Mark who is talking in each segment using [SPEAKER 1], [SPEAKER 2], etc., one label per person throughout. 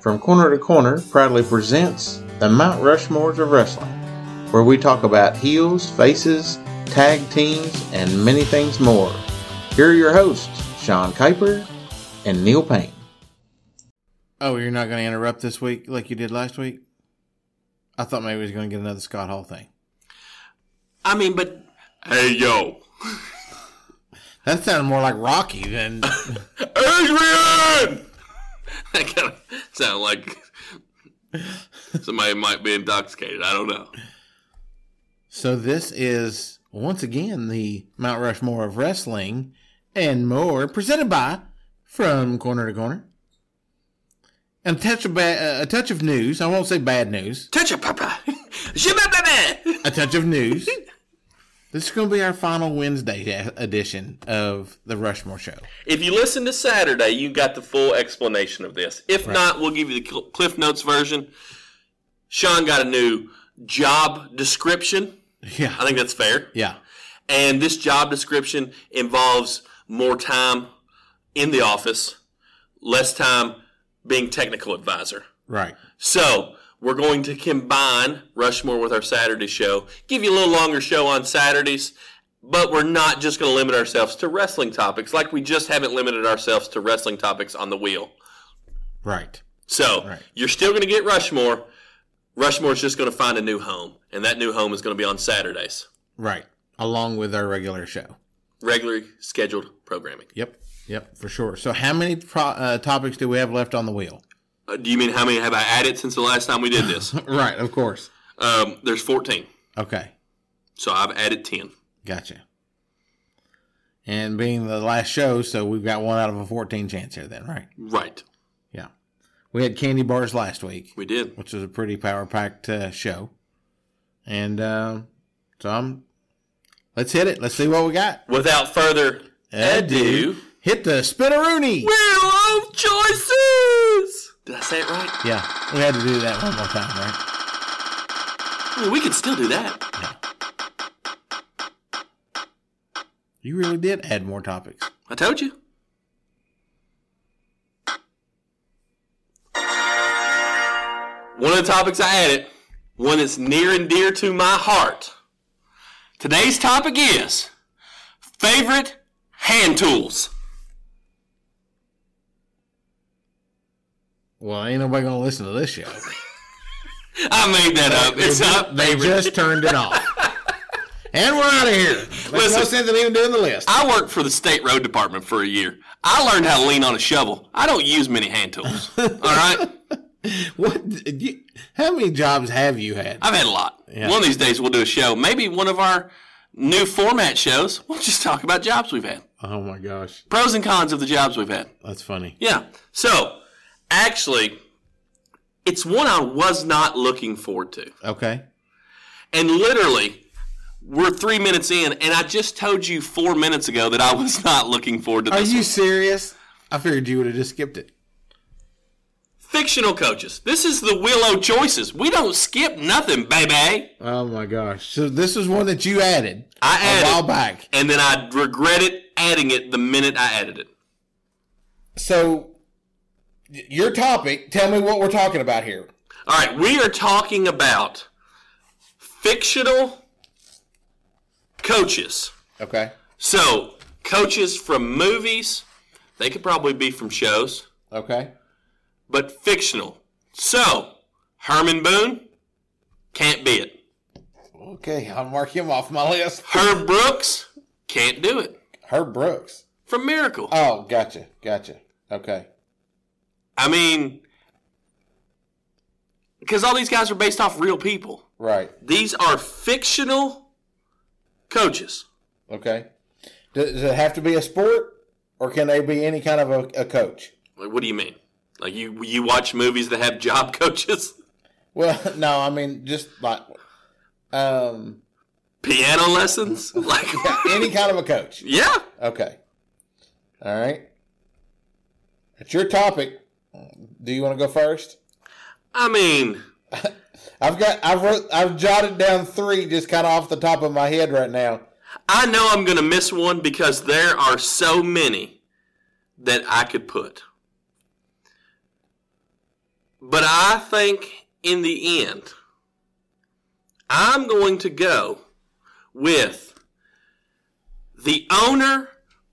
[SPEAKER 1] from Corner to Corner proudly presents the Mount Rushmores of Wrestling, where we talk about heels, faces, tag teams, and many things more. Here are your hosts, Sean Kuiper and Neil Payne.
[SPEAKER 2] Oh, you're not going to interrupt this week like you did last week? I thought maybe we was going to get another Scott Hall thing.
[SPEAKER 3] I mean, but
[SPEAKER 4] Hey yo,
[SPEAKER 2] That sounded more like Rocky than
[SPEAKER 4] Adrian! That kind of sound like somebody might be intoxicated. I don't know.
[SPEAKER 2] So this is once again the Mount Rushmore of wrestling and more, presented by from corner to corner. And a touch of ba- uh, a touch of news. I won't say bad news.
[SPEAKER 4] Touch it, Papa. Shibababa.
[SPEAKER 2] A touch of news. this is going to be our final Wednesday e- edition of the Rushmore Show.
[SPEAKER 4] If you listen to Saturday, you got the full explanation of this. If not, we'll give you the Cl- Cliff Notes version. Sean got a new job description. I
[SPEAKER 2] Yeah,
[SPEAKER 4] think that's fair.
[SPEAKER 2] yeah,
[SPEAKER 4] And this job description involves more time in the office, less time being technical advisor.
[SPEAKER 2] right.
[SPEAKER 4] So we're going to combine Rushmore with our Saturday show, give you a little longer show on Saturdays, but we're not just going to limit ourselves to wrestling topics like we just haven't limited ourselves to wrestling topics on the wheel.
[SPEAKER 2] Right.
[SPEAKER 4] So
[SPEAKER 2] Right.
[SPEAKER 4] you're still going to get Rushmore. Rushmore's just going to find a new home, and that new home is going to be on Saturdays.
[SPEAKER 2] Right. Along with our regular show.
[SPEAKER 4] Regularly scheduled programming.
[SPEAKER 2] Yep. Yep, for sure. So how many pro- uh, topics do we have left on the wheel?
[SPEAKER 4] Uh, do you mean how many have I added since the last time we did this?
[SPEAKER 2] Right, of course.
[SPEAKER 4] um, there's 14,
[SPEAKER 2] Okay.
[SPEAKER 4] so I've added 10.
[SPEAKER 2] Gotcha. And being the last show, so we've got one out of a 14 chance here, then, right?
[SPEAKER 4] Right.
[SPEAKER 2] Yeah. We had candy bars last week,
[SPEAKER 4] We did.
[SPEAKER 2] which was a pretty power packed uh, show. And um, so I'm. Let's hit it. Let's see what we got.
[SPEAKER 4] Without further ado.
[SPEAKER 2] Hit the spinneroonie.
[SPEAKER 4] Wheel of Choices! Did I say it right?
[SPEAKER 2] Yeah, we had to do that one more time, right?
[SPEAKER 4] I mean, we could still do that.
[SPEAKER 2] You really did add more topics.
[SPEAKER 4] I told you. One of the topics I added, one that's near and dear to my heart. Today's topic is favorite hand tools.
[SPEAKER 2] Well, ain't nobody gonna listen to this show.
[SPEAKER 4] I made that up. It's not
[SPEAKER 2] They
[SPEAKER 4] favorite.
[SPEAKER 2] just turned it off. And we're out of here. There's no
[SPEAKER 4] Listen.
[SPEAKER 2] sense in even doing the list.
[SPEAKER 4] I worked for the state road department for a year. I learned how to lean on a shovel. I don't use many hand tools. All right?
[SPEAKER 2] What? did You, how many jobs have you had?
[SPEAKER 4] I've had a lot. One of these days we'll do a show. Maybe one of our new format shows. We'll just talk about jobs we've had,
[SPEAKER 2] Oh my gosh,
[SPEAKER 4] pros and cons of the jobs we've had.
[SPEAKER 2] that's funny.
[SPEAKER 4] Yeah. So, actually, it's one I was not looking forward to.
[SPEAKER 2] Okay.
[SPEAKER 4] And literally, we're three minutes in, and I just told you four minutes ago that I was not looking forward to
[SPEAKER 2] Are
[SPEAKER 4] this.
[SPEAKER 2] you serious? I figured you would have just skipped it.
[SPEAKER 4] Fictional coaches. This is the Willow choices. We don't skip nothing, baby.
[SPEAKER 2] Oh my gosh. So this is one that you added
[SPEAKER 4] I
[SPEAKER 2] a while
[SPEAKER 4] added,
[SPEAKER 2] back.
[SPEAKER 4] and then I regret it adding it the minute I added it.
[SPEAKER 2] So y- your topic. Tell me what we're talking about here.
[SPEAKER 4] All right, we are talking about fictional coaches.
[SPEAKER 2] Okay.
[SPEAKER 4] So, coaches from movies, they could probably be from shows,
[SPEAKER 2] Okay.
[SPEAKER 4] but fictional. So, Herman Boone can't be it.
[SPEAKER 2] Okay. I'll mark him off my list.
[SPEAKER 4] Herb Brooks can't do it.
[SPEAKER 2] Herb Brooks.
[SPEAKER 4] From Miracle.
[SPEAKER 2] Oh, gotcha. Gotcha. Okay.
[SPEAKER 4] I mean, because all these guys are based off real people.
[SPEAKER 2] Right.
[SPEAKER 4] These are fictional coaches.
[SPEAKER 2] Okay. Does does it have to be a sport, or can they be any kind of a, a coach?
[SPEAKER 4] Like, what do you mean? Like you you watch movies that have job coaches?
[SPEAKER 2] Well, no, I mean just like um
[SPEAKER 4] Piano lessons? Like
[SPEAKER 2] any kind of a coach.
[SPEAKER 4] Yeah.
[SPEAKER 2] Okay. All right. It's your topic. Do you want to go first?
[SPEAKER 4] I mean,
[SPEAKER 2] I've got I've wrote, I've jotted down three just kind of off the top of my head right now.
[SPEAKER 4] I know I'm going to miss one because there are so many that I could put. But I think in the end, I'm going to go with the owner,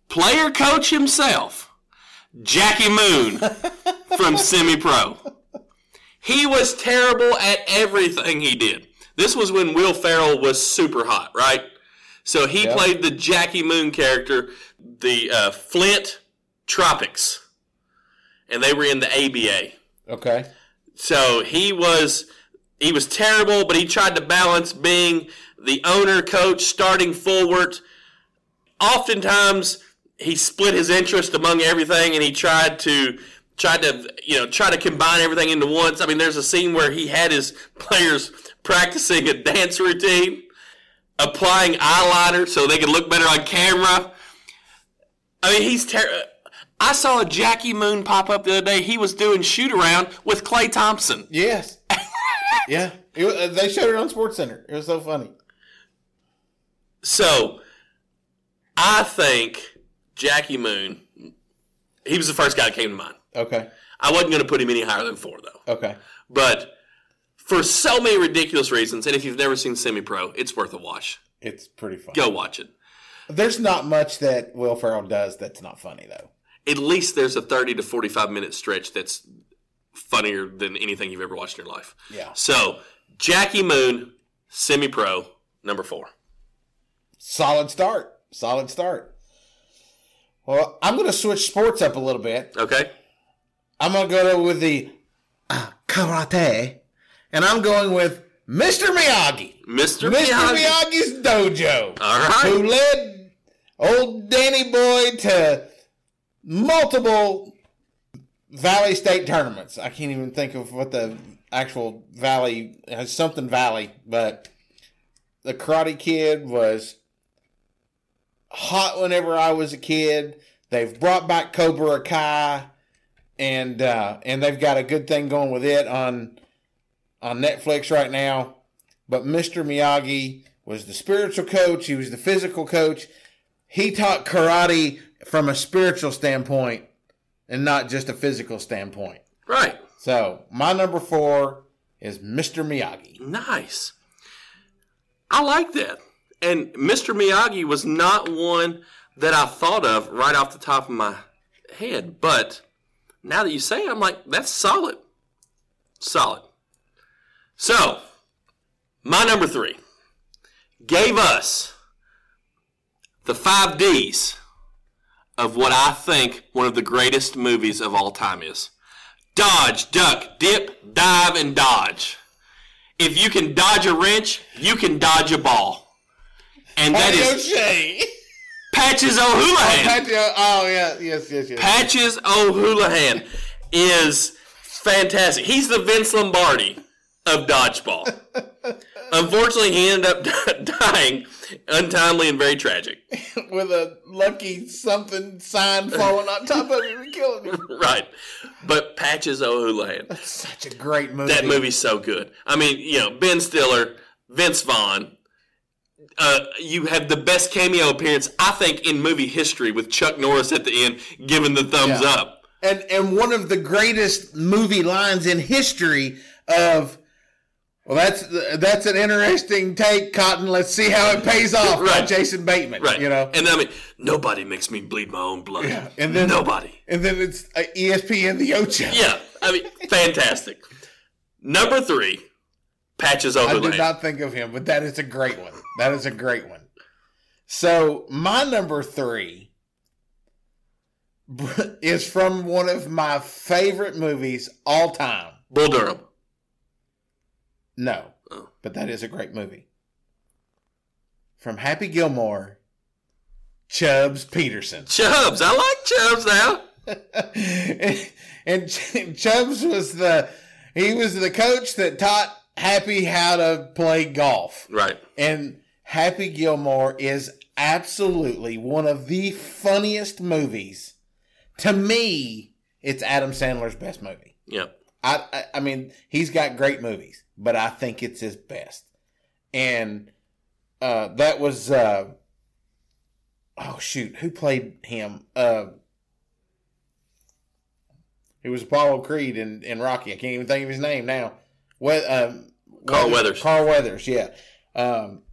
[SPEAKER 4] player coach himself, Jackie Moon from Semi Pro. He was terrible at everything he did. This was when Will Farrell was super hot, right? So he
[SPEAKER 1] Yeah.
[SPEAKER 4] played the Jackie Moon character, the uh, Flint Tropics, and they were in the ABA.
[SPEAKER 1] Okay.
[SPEAKER 4] So he was he was terrible, but he tried to balance being the owner, coach, starting forward. Oftentimes he split his interest among everything, and he tried to tried to you know try to combine everything into once. I mean, there's a scene where he had his players practicing a dance routine, applying eyeliner so they could look better on camera. I mean, he's ter- I saw a Jackie Moon pop up the other day. He was doing shoot around with Clay Thompson.
[SPEAKER 2] Yes. yeah. It, wa- uh, they showed it on Sports Center. It was so funny.
[SPEAKER 4] So, I think Jackie Moon, he was the first guy that came to mind.
[SPEAKER 2] Okay.
[SPEAKER 4] I wasn't going to put him any higher than four, though.
[SPEAKER 2] Okay.
[SPEAKER 4] But for so many ridiculous reasons, and if you've never seen Semi Pro, it's worth a watch.
[SPEAKER 2] It's pretty funny.
[SPEAKER 4] Go watch it.
[SPEAKER 2] There's not much that Will Ferrell does that's not funny though.
[SPEAKER 4] At least there's a 30 to 45 minute stretch that's funnier than anything you've ever watched in your life.
[SPEAKER 2] Yeah.
[SPEAKER 4] So, Jackie Moon, Semi Pro, number four.
[SPEAKER 2] Solid start. Solid start. Well, I'm going to switch sports up a little bit.
[SPEAKER 4] Okay?
[SPEAKER 2] I'm going to go with the uh, karate, and I'm going with Mr. Miyagi.
[SPEAKER 4] Mr.
[SPEAKER 2] Mr.
[SPEAKER 4] Miyagi.
[SPEAKER 2] Miyagi's dojo.
[SPEAKER 4] All right.
[SPEAKER 2] who led old Danny Boy to multiple Valley State tournaments. I can't even think of what the actual Valley it has something Valley, but the Karate Kid was hot whenever I was a kid. They've brought back Cobra Kai, and uh, and they've got a good thing going with it on on Netflix right now. But Mr. Miyagi was the spiritual coach. He was the physical coach. He taught karate from a spiritual standpoint and not just a physical standpoint.
[SPEAKER 4] Right.
[SPEAKER 2] So my number four is Mr. Miyagi.
[SPEAKER 4] Nice. I like that. And Mr. Miyagi was not one that I thought of right off the top of my head, but now that you say it, I'm like, that's solid. Solid. So, my number three gave us the five D's of what I think one of the greatest movies of all time is Dodge, Duck, Dip, Dive, and Dodge if you can dodge a wrench, you can dodge a ball. And that
[SPEAKER 2] Patty
[SPEAKER 4] is
[SPEAKER 2] O'Shea.
[SPEAKER 4] Patches O'Houlihan.
[SPEAKER 2] Patty O- Oh, oh yeah, yes, yes, yes.
[SPEAKER 4] Patches O'Houlihan is fantastic. He's the Vince Lombardi of dodgeball. Unfortunately, he ended up dying untimely and very tragic.
[SPEAKER 2] With a lucky something sign falling on top of him and killing him.
[SPEAKER 4] Right. But Patches O'Houlihan.
[SPEAKER 2] Such a great movie.
[SPEAKER 4] That movie's so good. I mean, you know, Ben Stiller, Vince Vaughn. Uh, you have the best cameo appearance, I think, in movie history with Chuck Norris at the end giving the thumbs
[SPEAKER 2] Yeah.
[SPEAKER 4] up.
[SPEAKER 2] and and one of the greatest movie lines in history of well that's that's an interesting take cotton let's see how it pays off by
[SPEAKER 4] Right.
[SPEAKER 2] jason bateman
[SPEAKER 4] Right.
[SPEAKER 2] you know
[SPEAKER 4] And I mean, nobody makes me bleed my own blood.
[SPEAKER 2] Yeah, and then-
[SPEAKER 4] nobody.
[SPEAKER 2] and then it's uh, espn the ocho
[SPEAKER 4] Yeah. I mean, fantastic. Number three, Patches
[SPEAKER 2] i did
[SPEAKER 4] Overland.
[SPEAKER 2] not think of him but that is a great one that is a great one so my number three is from one of my favorite movies all time
[SPEAKER 4] Bull Durham.
[SPEAKER 2] No,
[SPEAKER 4] Oh.
[SPEAKER 2] but that is a great movie. From Happy Gilmore, Chubbs Peterson,
[SPEAKER 4] Chubbs. I like Chubbs now.
[SPEAKER 2] and, and Ch- Chubbs was the he was the coach that taught Happy how to play golf,
[SPEAKER 4] Right.
[SPEAKER 2] and Happy Gilmore is absolutely one of the funniest movies. To me, it's Adam Sandler's best movie.
[SPEAKER 4] Yeah.
[SPEAKER 2] I, I I mean, he's got great movies, but I think it's his best. And uh, that was uh, oh shoot, who played him? Uh, He was Apollo Creed in, in Rocky. I can't even think of his name now. We, um,
[SPEAKER 4] Carl Weathers.
[SPEAKER 2] Carl Weathers. Yeah. Um,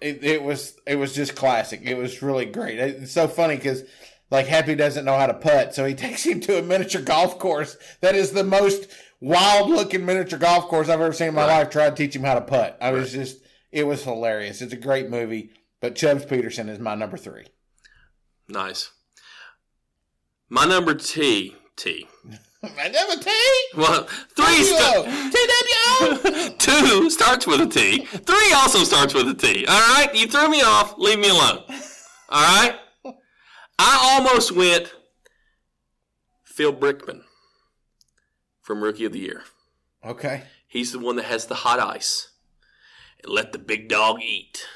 [SPEAKER 2] it, it was it was just classic. It was really great. It's so funny because like Happy doesn't know how to putt, so he takes him to a miniature golf course that is the most wild looking miniature golf course I've ever seen in my
[SPEAKER 4] Right.
[SPEAKER 2] life. Try to teach him how to putt. I was just it was hilarious. It's a great movie, but Chubbs Peterson is my number three.
[SPEAKER 4] Nice. My number T T.
[SPEAKER 2] My number two,
[SPEAKER 4] Well, three sta-
[SPEAKER 2] TWO.
[SPEAKER 4] two starts with a T. Three also starts with a T. All right, you threw me off. Leave me alone. All right. I almost went Phil Brickman from Rookie of the Year.
[SPEAKER 2] Okay.
[SPEAKER 4] He's the one that has the hot ice. And let the big dog eat.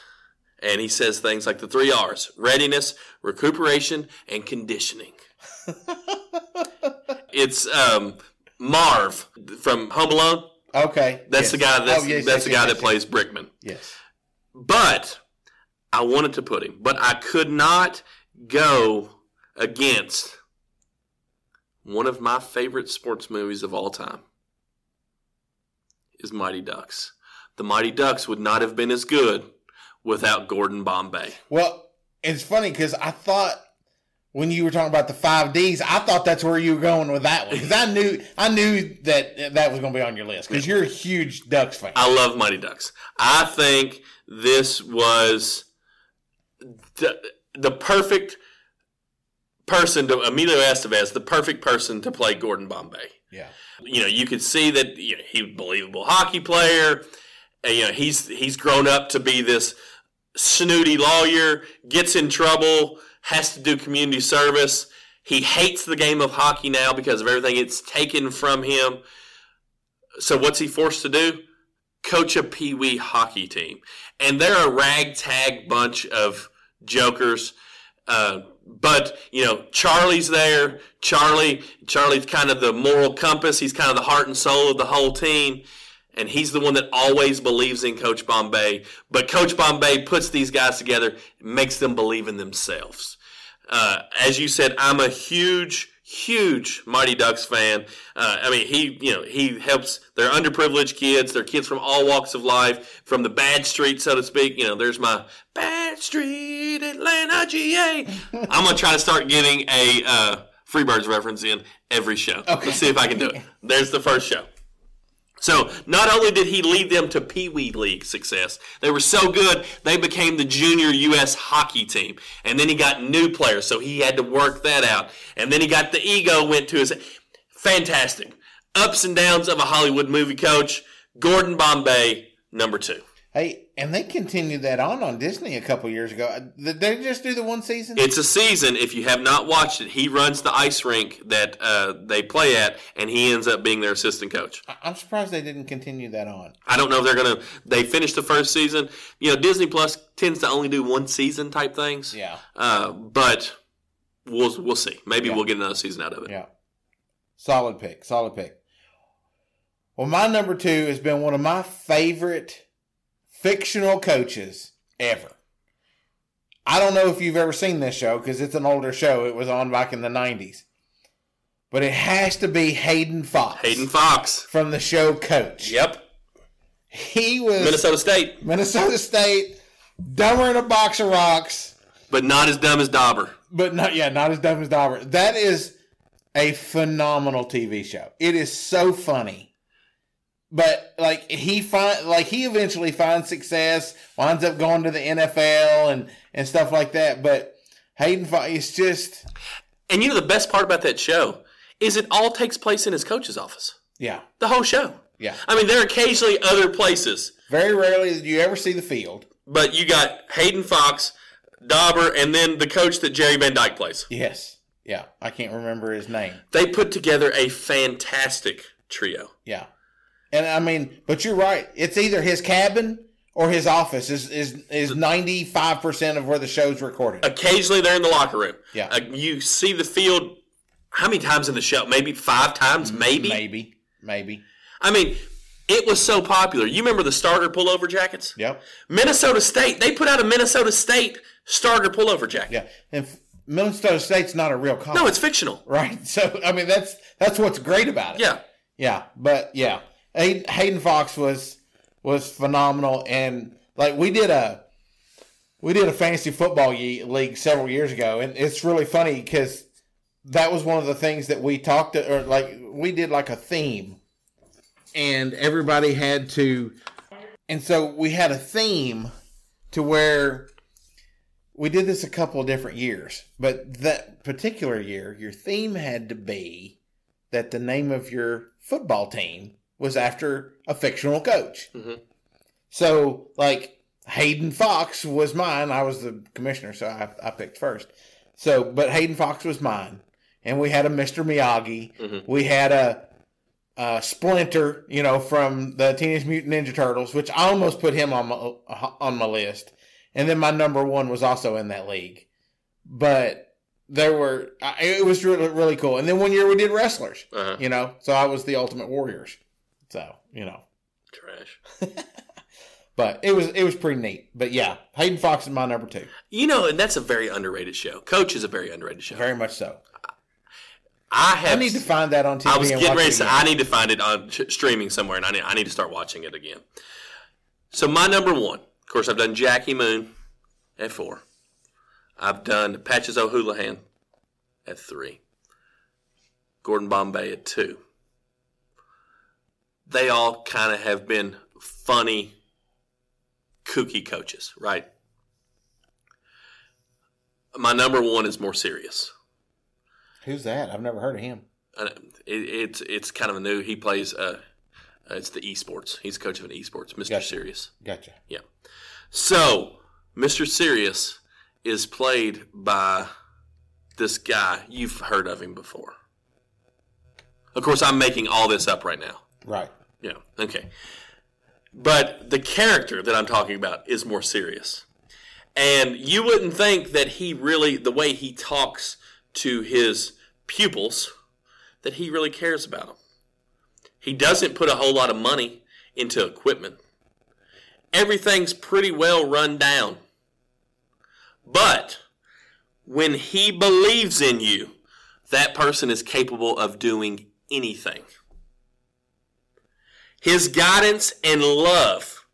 [SPEAKER 4] And he says things like the three R's readiness, recuperation, and conditioning. it's um, Marv from Home Alone.
[SPEAKER 2] Okay. yes.
[SPEAKER 4] That's the guy that's,
[SPEAKER 2] Oh, yes,
[SPEAKER 4] that's
[SPEAKER 2] yes,
[SPEAKER 4] the
[SPEAKER 2] yes,
[SPEAKER 4] guy
[SPEAKER 2] yes,
[SPEAKER 4] that plays Brickman.
[SPEAKER 2] Yes.
[SPEAKER 4] But I wanted to put him, but I could not go against one of my favorite sports movies of all time is Mighty Ducks. The Mighty Ducks would not have been as good without Gordon Bombay.
[SPEAKER 2] Well, it's funny because I thought when you were talking about the five Ds, I thought that's where you were going with that one because I knew I knew that that was going to be on your list because you're a huge Ducks fan.
[SPEAKER 4] I love Mighty Ducks. I think this was the, the perfect person to Emilio Estevez, the perfect person to play Gordon Bombay.
[SPEAKER 2] yeah.
[SPEAKER 4] you know, you could see that you know, he was a believable hockey player. And, you know, he's he's grown up to be this snooty lawyer, gets in trouble, has to do community service. He hates the game of hockey now because of everything it's taken from him. So what's he forced to do? Coach a Pee Wee hockey team, and they're a ragtag bunch of jokers. Uh, but you know, Charlie's there. Charlie, Charlie's kind of the moral compass. He's kind of the heart and soul of the whole team, and he's the one that always believes in Coach Bombay. But Coach Bombay puts these guys together, makes them believe in themselves. Uh, as you said, I'm a huge, huge Mighty Ducks fan. Uh, I mean, he, you know, he helps. They're underprivileged kids. They're kids from all walks of life, from the bad street, so to speak. You know, there's my bad street, Atlanta, GA. I'm gonna try to start getting a uh, Freebirds reference in every show.
[SPEAKER 2] Okay.
[SPEAKER 4] Let's see if I can do it. There's the first show. So not only did he lead them to Pee Wee League success, they were so good they became the junior U.S. hockey team. And then he got new players, so he had to work that out. And then he got the ego went to his fantastic ups and downs of a Hollywood movie coach. Gordon Bombay, number two.
[SPEAKER 2] Hey, and they continued that on on Disney a couple years ago. Uh, Did they just do the one season?
[SPEAKER 4] It's a season. If you have not watched it, he runs the ice rink that uh, they play at, and he ends up being their assistant coach.
[SPEAKER 2] I- I'm surprised they didn't continue that on.
[SPEAKER 4] I don't know if they're gonna. They finished the first season. You know, Disney Plus tends to only do one season type things.
[SPEAKER 2] Yeah.
[SPEAKER 4] Uh, but we'll we'll see. Maybe
[SPEAKER 2] Yeah.
[SPEAKER 4] we'll get another season out of it.
[SPEAKER 2] Yeah. Solid pick. Solid pick. Well, my number two has been one of my favorite fictional coaches ever. I don't know if you've ever seen this show because it's an older show. It was on back in the 90s. But it has to be Hayden Fox
[SPEAKER 4] Hayden Fox.
[SPEAKER 2] from the show Coach.
[SPEAKER 4] Yep.
[SPEAKER 2] He was Minnesota,
[SPEAKER 4] Minnesota State,
[SPEAKER 2] State, dumber in a box of rocks,
[SPEAKER 4] but not as dumb as Dauber.
[SPEAKER 2] but not yeah, not as dumb as Dauber. That is a phenomenal TV show. It is so funny. but like he find like he eventually finds success, winds up going to the NFL and and stuff like that. But Hayden, Fa- it's just
[SPEAKER 4] And you know the best part about that show is it all takes place in his coach's office.
[SPEAKER 2] yeah,
[SPEAKER 4] The whole show.
[SPEAKER 2] yeah.
[SPEAKER 4] I mean, there are occasionally other places,
[SPEAKER 2] Very rarely do you ever see the field.
[SPEAKER 4] but you got Hayden Fox, Dauber, and then the coach that Jerry Van Dyke plays.
[SPEAKER 2] Yes, yeah. I can't remember his name.
[SPEAKER 4] They put together a fantastic trio.
[SPEAKER 2] Yeah, and I mean, but you're right. It's either his cabin or his office is is is ninety five percent of where the show's recorded.
[SPEAKER 4] occasionally they're in the locker room.
[SPEAKER 2] Yeah.
[SPEAKER 4] Uh, you see the field how many times in the show? Maybe five times, maybe?
[SPEAKER 2] Mm, Maybe, maybe.
[SPEAKER 4] I mean, it was so popular. You remember the starter pullover jackets?
[SPEAKER 2] Yep.
[SPEAKER 4] Minnesota State, they put out a Minnesota State starter pullover jacket.
[SPEAKER 2] Yeah, and f- Minnesota State's not a real college.
[SPEAKER 4] No, it's fictional.
[SPEAKER 2] right. So I mean, that's that's what's great about it.
[SPEAKER 4] Yeah.
[SPEAKER 2] Yeah, but yeah, Hay- Hayden Fox was was phenomenal, and like we did a we did a fantasy football ye- league several years ago, and it's really funny because that was one of the things that we talked or like we did like a theme, and everybody had to, and so we had a theme to where we did this a couple of different years, but that particular year, your theme had to be that the name of your football team was after a fictional coach.
[SPEAKER 4] Mhm.
[SPEAKER 2] So, like Hayden Fox was mine. I was the commissioner, so I, I picked first. So, but Hayden Fox was mine, and we had a Mister Miyagi.
[SPEAKER 4] Mhm.
[SPEAKER 2] We had a, a Splinter, you know, from the Teenage Mutant Ninja Turtles, which I almost put him on my, on my list. And then my number one was also in that league, but there were I- it was really really cool. And then one year we did wrestlers
[SPEAKER 4] Uh-huh.
[SPEAKER 2] you know. So I was the Ultimate Warriors. So you know,
[SPEAKER 4] Trash.
[SPEAKER 2] but it was it was pretty neat. But yeah, Hayden Fox is my number two,
[SPEAKER 4] You know, and that's a very underrated show. Coach is a very underrated show.
[SPEAKER 2] very much so.
[SPEAKER 4] I have.
[SPEAKER 2] I need to find that on TV.
[SPEAKER 4] I was
[SPEAKER 2] and
[SPEAKER 4] getting
[SPEAKER 2] watch
[SPEAKER 4] ready
[SPEAKER 2] it
[SPEAKER 4] to say,
[SPEAKER 2] again.
[SPEAKER 4] I need to find it on sh- streaming somewhere, and I need, I need to start watching it again. So my number one, of course, I've done Jackie Moon at four. I've done Patches O'Houlihan at three. Gordon Bombay at two. They all kind of have been funny, kooky coaches, right? My number one is more serious.
[SPEAKER 2] Who's that? I've never heard of him.
[SPEAKER 4] I don't- it, it's it's kind of new. He plays uh, uh, it's the esports. He's the coach of an esports, Mister
[SPEAKER 2] Gotcha.
[SPEAKER 4] Serious.
[SPEAKER 2] Gotcha.
[SPEAKER 4] Yeah. So Mister Serious is played by this guy. You've heard of him before. Of course, I'm making all this up right now.
[SPEAKER 2] Right.
[SPEAKER 4] Yeah. Okay. But the character that I'm talking about is more serious. And you wouldn't think that he really, the way he talks to his pupils, that he really cares about them. He doesn't put a whole lot of money into equipment. Everything's pretty well run down. But when he believes in you, that person is capable of doing anything. His guidance and love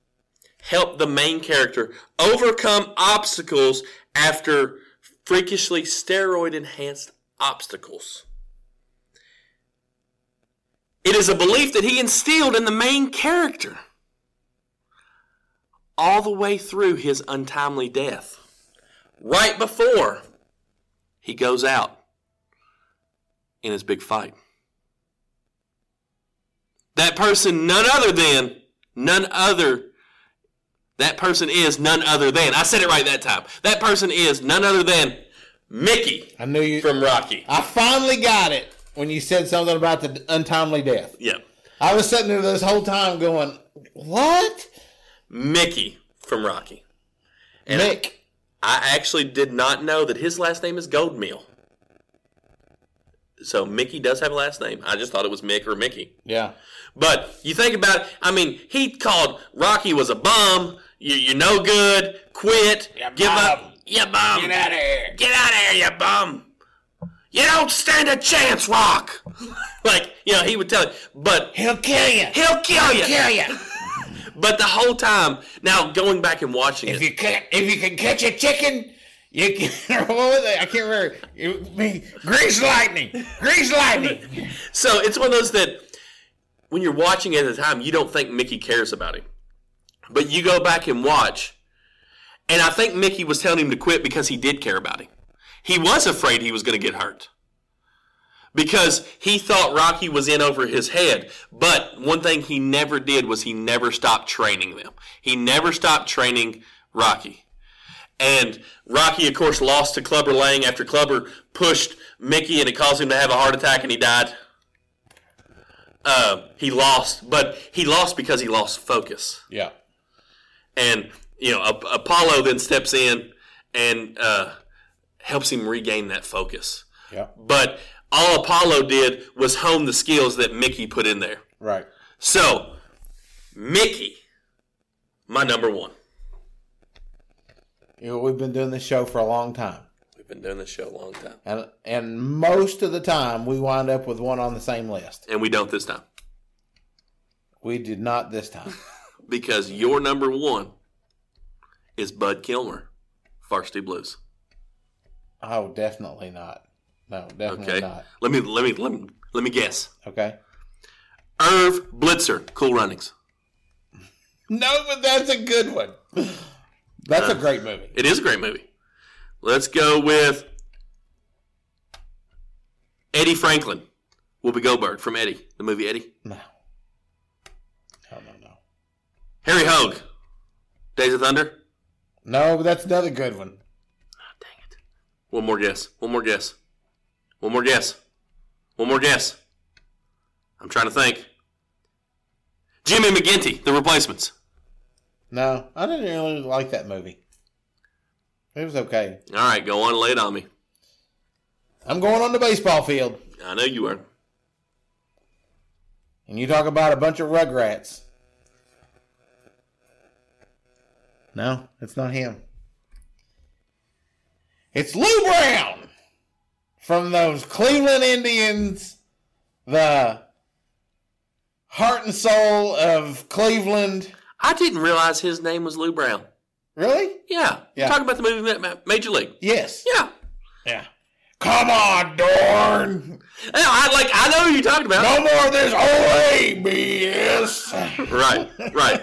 [SPEAKER 4] help the main character overcome obstacles after freakishly steroid enhanced obstacles. It is a belief that he instilled in the main character all the way through his untimely death. Right before he goes out in his big fight. That person, none other than, none other, that person is none other than, I said it right that time. That person is none other than Mickey
[SPEAKER 2] I knew you.
[SPEAKER 4] from Rocky.
[SPEAKER 2] I finally got it when you said something about the untimely death.
[SPEAKER 4] Yeah.
[SPEAKER 2] I was sitting there this whole time going, "What,
[SPEAKER 4] Mickey from Rocky.
[SPEAKER 2] Mick?"
[SPEAKER 4] I actually did not know that his last name is Goldmill. So Mickey does have a last name. I just thought it was Mick or Mickey.
[SPEAKER 2] Yeah.
[SPEAKER 4] But you think about it, I mean, he called Rocky was a bum. You, you're no good. Quit.
[SPEAKER 2] You
[SPEAKER 4] give
[SPEAKER 2] bum.
[SPEAKER 4] up. You bum.
[SPEAKER 2] of
[SPEAKER 4] Get
[SPEAKER 2] here.
[SPEAKER 4] Get out of here, you bum. You don't stand a chance, Rock. like, you know, he would tell it. But
[SPEAKER 2] He'll kill you.
[SPEAKER 4] he'll kill you.
[SPEAKER 2] Kill you.
[SPEAKER 4] But the whole time, now going back and watching
[SPEAKER 2] If
[SPEAKER 4] it,
[SPEAKER 2] you can, if you can catch a chicken, you can. What was it? I can't remember. It, me, grease lightning, grease lightning.
[SPEAKER 4] So it's one of those that when you're watching it at the time, you don't think Mickey cares about him. But you go back and watch, and I think Mickey was telling him to quit because he did care about him. He was afraid he was going to get hurt because he thought Rocky was in over his head. But one thing he never did was he never stopped training them. He never stopped training Rocky. And Rocky, of course, lost to Clubber Lang after Clubber pushed Mickey and it caused him to have a heart attack and he died. Uh, he lost, but he lost because he lost focus.
[SPEAKER 2] Yeah.
[SPEAKER 4] And, you know, Ap- Apollo then steps in and uh, helps him regain that focus.
[SPEAKER 2] Yeah.
[SPEAKER 4] But all Apollo did was hone the skills that Mickey put in there.
[SPEAKER 2] Right.
[SPEAKER 4] So, Mickey, my number one.
[SPEAKER 2] You know, we've been doing this show for a long time.
[SPEAKER 4] We've been doing this show a long time,
[SPEAKER 2] And, and most of the time, we wind up with one on the same list.
[SPEAKER 4] and we don't this time
[SPEAKER 2] We did not this time.
[SPEAKER 4] because your number one is Bud Kilmer, Varsity Blues.
[SPEAKER 2] Oh, definitely not. No, definitely
[SPEAKER 4] Okay,
[SPEAKER 2] not.
[SPEAKER 4] let me let me let me let me guess.
[SPEAKER 2] Okay.
[SPEAKER 4] Irv Blitzer, Cool Runnings.
[SPEAKER 2] No, but that's a good one. That's a great movie.
[SPEAKER 4] It is a great movie. Let's go with Eddie Franklin, Whoopi Goldberg from Eddie, the movie Eddie.
[SPEAKER 2] No. No, no, no.
[SPEAKER 4] Harry Hogue, Days of Thunder.
[SPEAKER 2] No, but that's another good one.
[SPEAKER 4] Dang it. One more guess. One more guess. One more guess. One more guess. I'm trying to think. Jimmy McGinty, The Replacements.
[SPEAKER 2] No, I didn't really like that movie. It was okay.
[SPEAKER 4] All right, go on, lay it on me.
[SPEAKER 2] I'm going on the baseball field,
[SPEAKER 4] I know you are.
[SPEAKER 2] and you talk about a bunch of rugrats. No, it's not him. It's Lou Brown from those Cleveland Indians, the heart and soul of Cleveland.
[SPEAKER 4] I didn't realize his name was Lou Brown.
[SPEAKER 2] Really?
[SPEAKER 4] Yeah.
[SPEAKER 2] Yeah.
[SPEAKER 4] Talking about the movie Ma- Ma- Major League.
[SPEAKER 2] Yes.
[SPEAKER 4] Yeah.
[SPEAKER 2] Yeah. Come on, Dorn.
[SPEAKER 4] No, I like I know who you're talking about.
[SPEAKER 2] No more of this OA BS.
[SPEAKER 4] Right, right.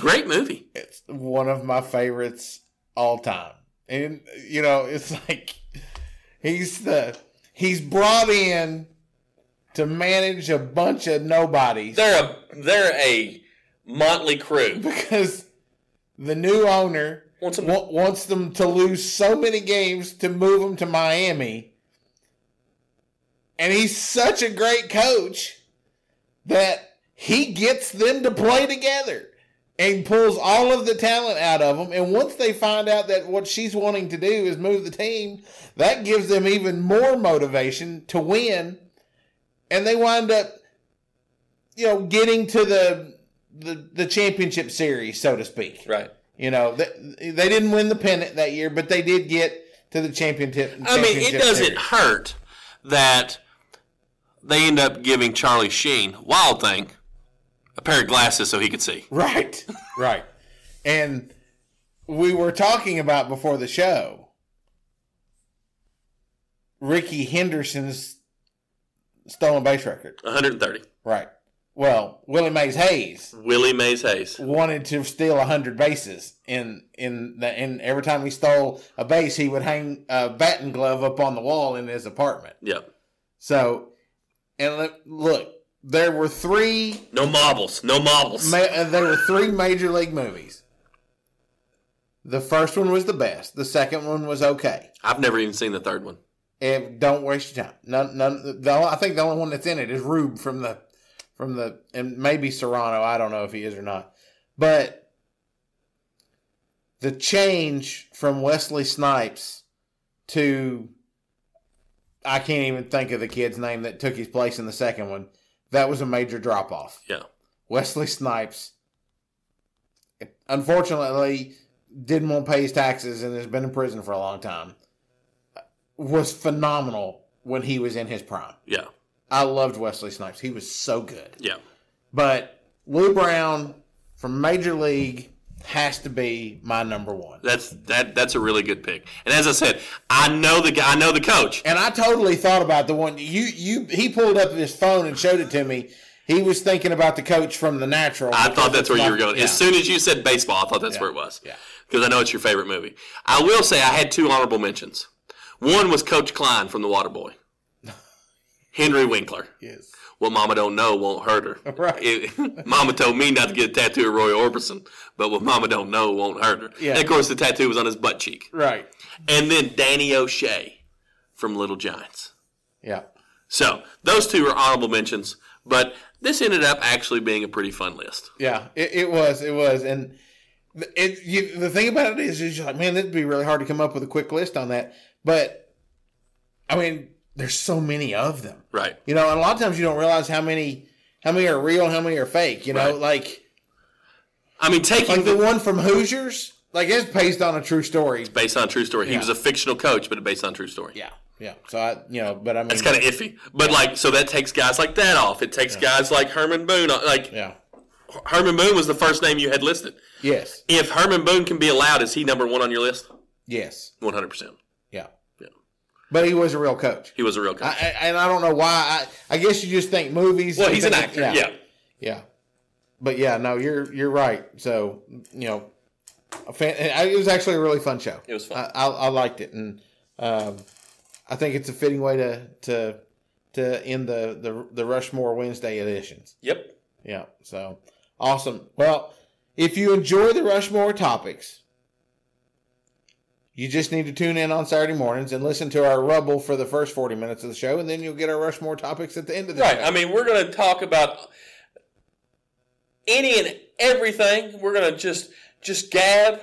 [SPEAKER 4] Great movie.
[SPEAKER 2] It's one of my favorites all time. And you know, it's like he's the he's brought in to manage a bunch of nobodies
[SPEAKER 4] They're a they're a motley crew.
[SPEAKER 2] because the new owner
[SPEAKER 4] Wants them-
[SPEAKER 2] wa- wants them to lose so many games to move them to Miami. And he's such a great coach that he gets them to play together and pulls all of the talent out of them. And once they find out that what she's wanting to do is move the team, that gives them even more motivation to win. And they wind up, you know, getting to the the, the championship series, so to speak.
[SPEAKER 4] Right.
[SPEAKER 2] You know, they, they didn't win the pennant that year, but they did get to the championship.
[SPEAKER 4] I mean, it
[SPEAKER 2] championship
[SPEAKER 4] doesn't
[SPEAKER 2] series.
[SPEAKER 4] hurt that they end up giving Charlie Sheen, Wild Thing, a pair of glasses so he could see.
[SPEAKER 2] Right. Right. and we were talking about before the show Ricky Henderson's stolen base record.
[SPEAKER 4] 130.
[SPEAKER 2] Right. Well, Willie Mays Hayes
[SPEAKER 4] Willie Mays Hayes.
[SPEAKER 2] wanted to steal 100 bases in in the and every time he stole a base he would hang a batting glove up on the wall in his apartment.
[SPEAKER 4] Yep.
[SPEAKER 2] So and le- look, there were 3
[SPEAKER 4] No marbles. No marbles.
[SPEAKER 2] Ma- uh, there were three major league movies. The first one was the best. The second one was okay.
[SPEAKER 4] I've never even seen the third one.
[SPEAKER 2] And don't waste your time. None, none. The, only- I think the only one that's in it is Rube from the, from the, and maybe Serrano. I don't know if he is or not. But the change from Wesley Snipes to, I can't even think of the kid's name that took his place in the second one. That was a major drop off.
[SPEAKER 4] Yeah.
[SPEAKER 2] Wesley Snipes, unfortunately, didn't want to pay his taxes and has been in prison for a long time, was phenomenal when he was in his prime.
[SPEAKER 4] Yeah.
[SPEAKER 2] I loved Wesley Snipes. He was so good.
[SPEAKER 4] Yeah.
[SPEAKER 2] But Lou Brown from Major League has to be my number one.
[SPEAKER 4] That's that. That's a really good pick. And as I said, I know the guy. I know the coach.
[SPEAKER 2] And I totally thought about the one you you he pulled up his phone and showed it to me. He was thinking about the coach from The Natural.
[SPEAKER 4] I thought that's where you were going.
[SPEAKER 2] Yeah.
[SPEAKER 4] As soon as you said baseball, I thought that's where it was.
[SPEAKER 2] Yeah.
[SPEAKER 4] Because I know it's your favorite movie. I will say I had two honorable mentions. One was Coach Klein from The Waterboy. Henry Winkler.
[SPEAKER 2] Yes.
[SPEAKER 4] What Mama don't know won't hurt her.
[SPEAKER 2] Right.
[SPEAKER 4] It- Mama told me not to get a tattoo of Roy Orbison, but what Mama don't know won't hurt her.
[SPEAKER 2] Yeah.
[SPEAKER 4] And of course, the tattoo was on his butt cheek.
[SPEAKER 2] Right.
[SPEAKER 4] And then Danny O'Shea from Little Giants.
[SPEAKER 2] Yeah.
[SPEAKER 4] So those two are honorable mentions, but this ended up actually being a pretty fun list.
[SPEAKER 2] Yeah, it, it was, it was, and th- it. You, the thing about it is, is you're like, man, it'd be really hard to come up with a quick list on that. But I mean, there's so many of them,
[SPEAKER 4] Right.
[SPEAKER 2] you know. And a lot of times you don't realize how many, how many are real, how many are fake. You know,
[SPEAKER 4] Right.
[SPEAKER 2] like
[SPEAKER 4] I mean, taking
[SPEAKER 2] like
[SPEAKER 4] the
[SPEAKER 2] the one from Hoosiers. Like it's based on a true story.
[SPEAKER 4] based on true story. He
[SPEAKER 2] Yeah.
[SPEAKER 4] was a fictional coach, but based on true story.
[SPEAKER 2] Yeah, yeah. So I, you know, but I mean,
[SPEAKER 4] It's kind of iffy, but like so that takes guys like that off. It takes guys like Herman Boone. off- Like
[SPEAKER 2] yeah,
[SPEAKER 4] Herman Boone was the first name you had listed.
[SPEAKER 2] yes,
[SPEAKER 4] If Herman Boone can be allowed, is he number one on your list?
[SPEAKER 2] yes,
[SPEAKER 4] One hundred percent.
[SPEAKER 2] yeah.
[SPEAKER 4] Yeah.
[SPEAKER 2] But he was a real coach.
[SPEAKER 4] He was a real
[SPEAKER 2] I,
[SPEAKER 4] coach.
[SPEAKER 2] I, and I don't know why. I, I guess you just think movies.
[SPEAKER 4] well,
[SPEAKER 2] you
[SPEAKER 4] he's an
[SPEAKER 2] think-
[SPEAKER 4] actor. Yeah.
[SPEAKER 2] Yeah. But yeah, no, you're you're right. So you know, a fan, and I- it was actually a really fun show.
[SPEAKER 4] It was fun.
[SPEAKER 2] I, I, I liked it, and um, I think it's a fitting way to to to end the the, the Rushmore Wednesday editions.
[SPEAKER 4] Yep.
[SPEAKER 2] Yeah. So awesome. Well, if you enjoy the Rushmore topics, you just need to tune in on Saturday mornings and listen to our rubble for the first forty minutes of the show, and then you'll get our Rushmore topics at the end of the
[SPEAKER 4] Right.
[SPEAKER 2] show.
[SPEAKER 4] I mean, we're going to talk about any and everything. We're going to just just gab.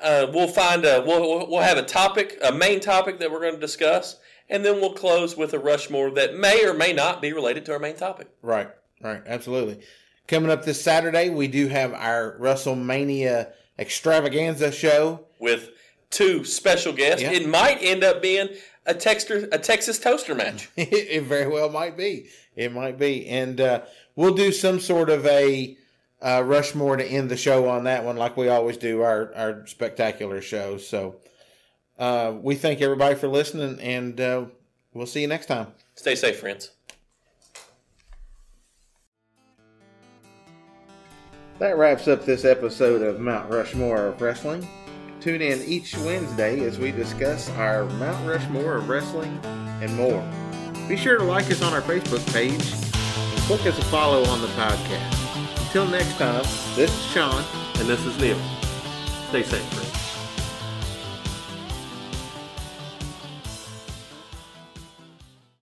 [SPEAKER 4] Uh, we'll find a we'll, we'll- we'll have a topic, a main topic that we're going to discuss, and then we'll close with a Rushmore that may or may not be related to our main topic.
[SPEAKER 2] Right, right, absolutely. Coming up this Saturday, we do have our WrestleMania extravaganza show.
[SPEAKER 4] With two special guests,
[SPEAKER 2] Yeah.
[SPEAKER 4] it might end up being a Texter a Texas toaster match.
[SPEAKER 2] it, very well might be. It might be, and uh, we'll do some sort of a uh, Rushmore to end the show on that one, like we always do our our spectacular shows. So uh, we thank everybody for listening, and uh, we'll see you next time.
[SPEAKER 4] Stay safe, friends.
[SPEAKER 2] That wraps up this episode of Mount Rushmore of Wrestling. Tune in each Wednesday as we discuss our Mount Rushmore of Wrestling and more. Be sure to like us on our Facebook page and click us a follow on the podcast. Until next time, this is Sean.
[SPEAKER 4] And this is Neil. Stay safe, friends.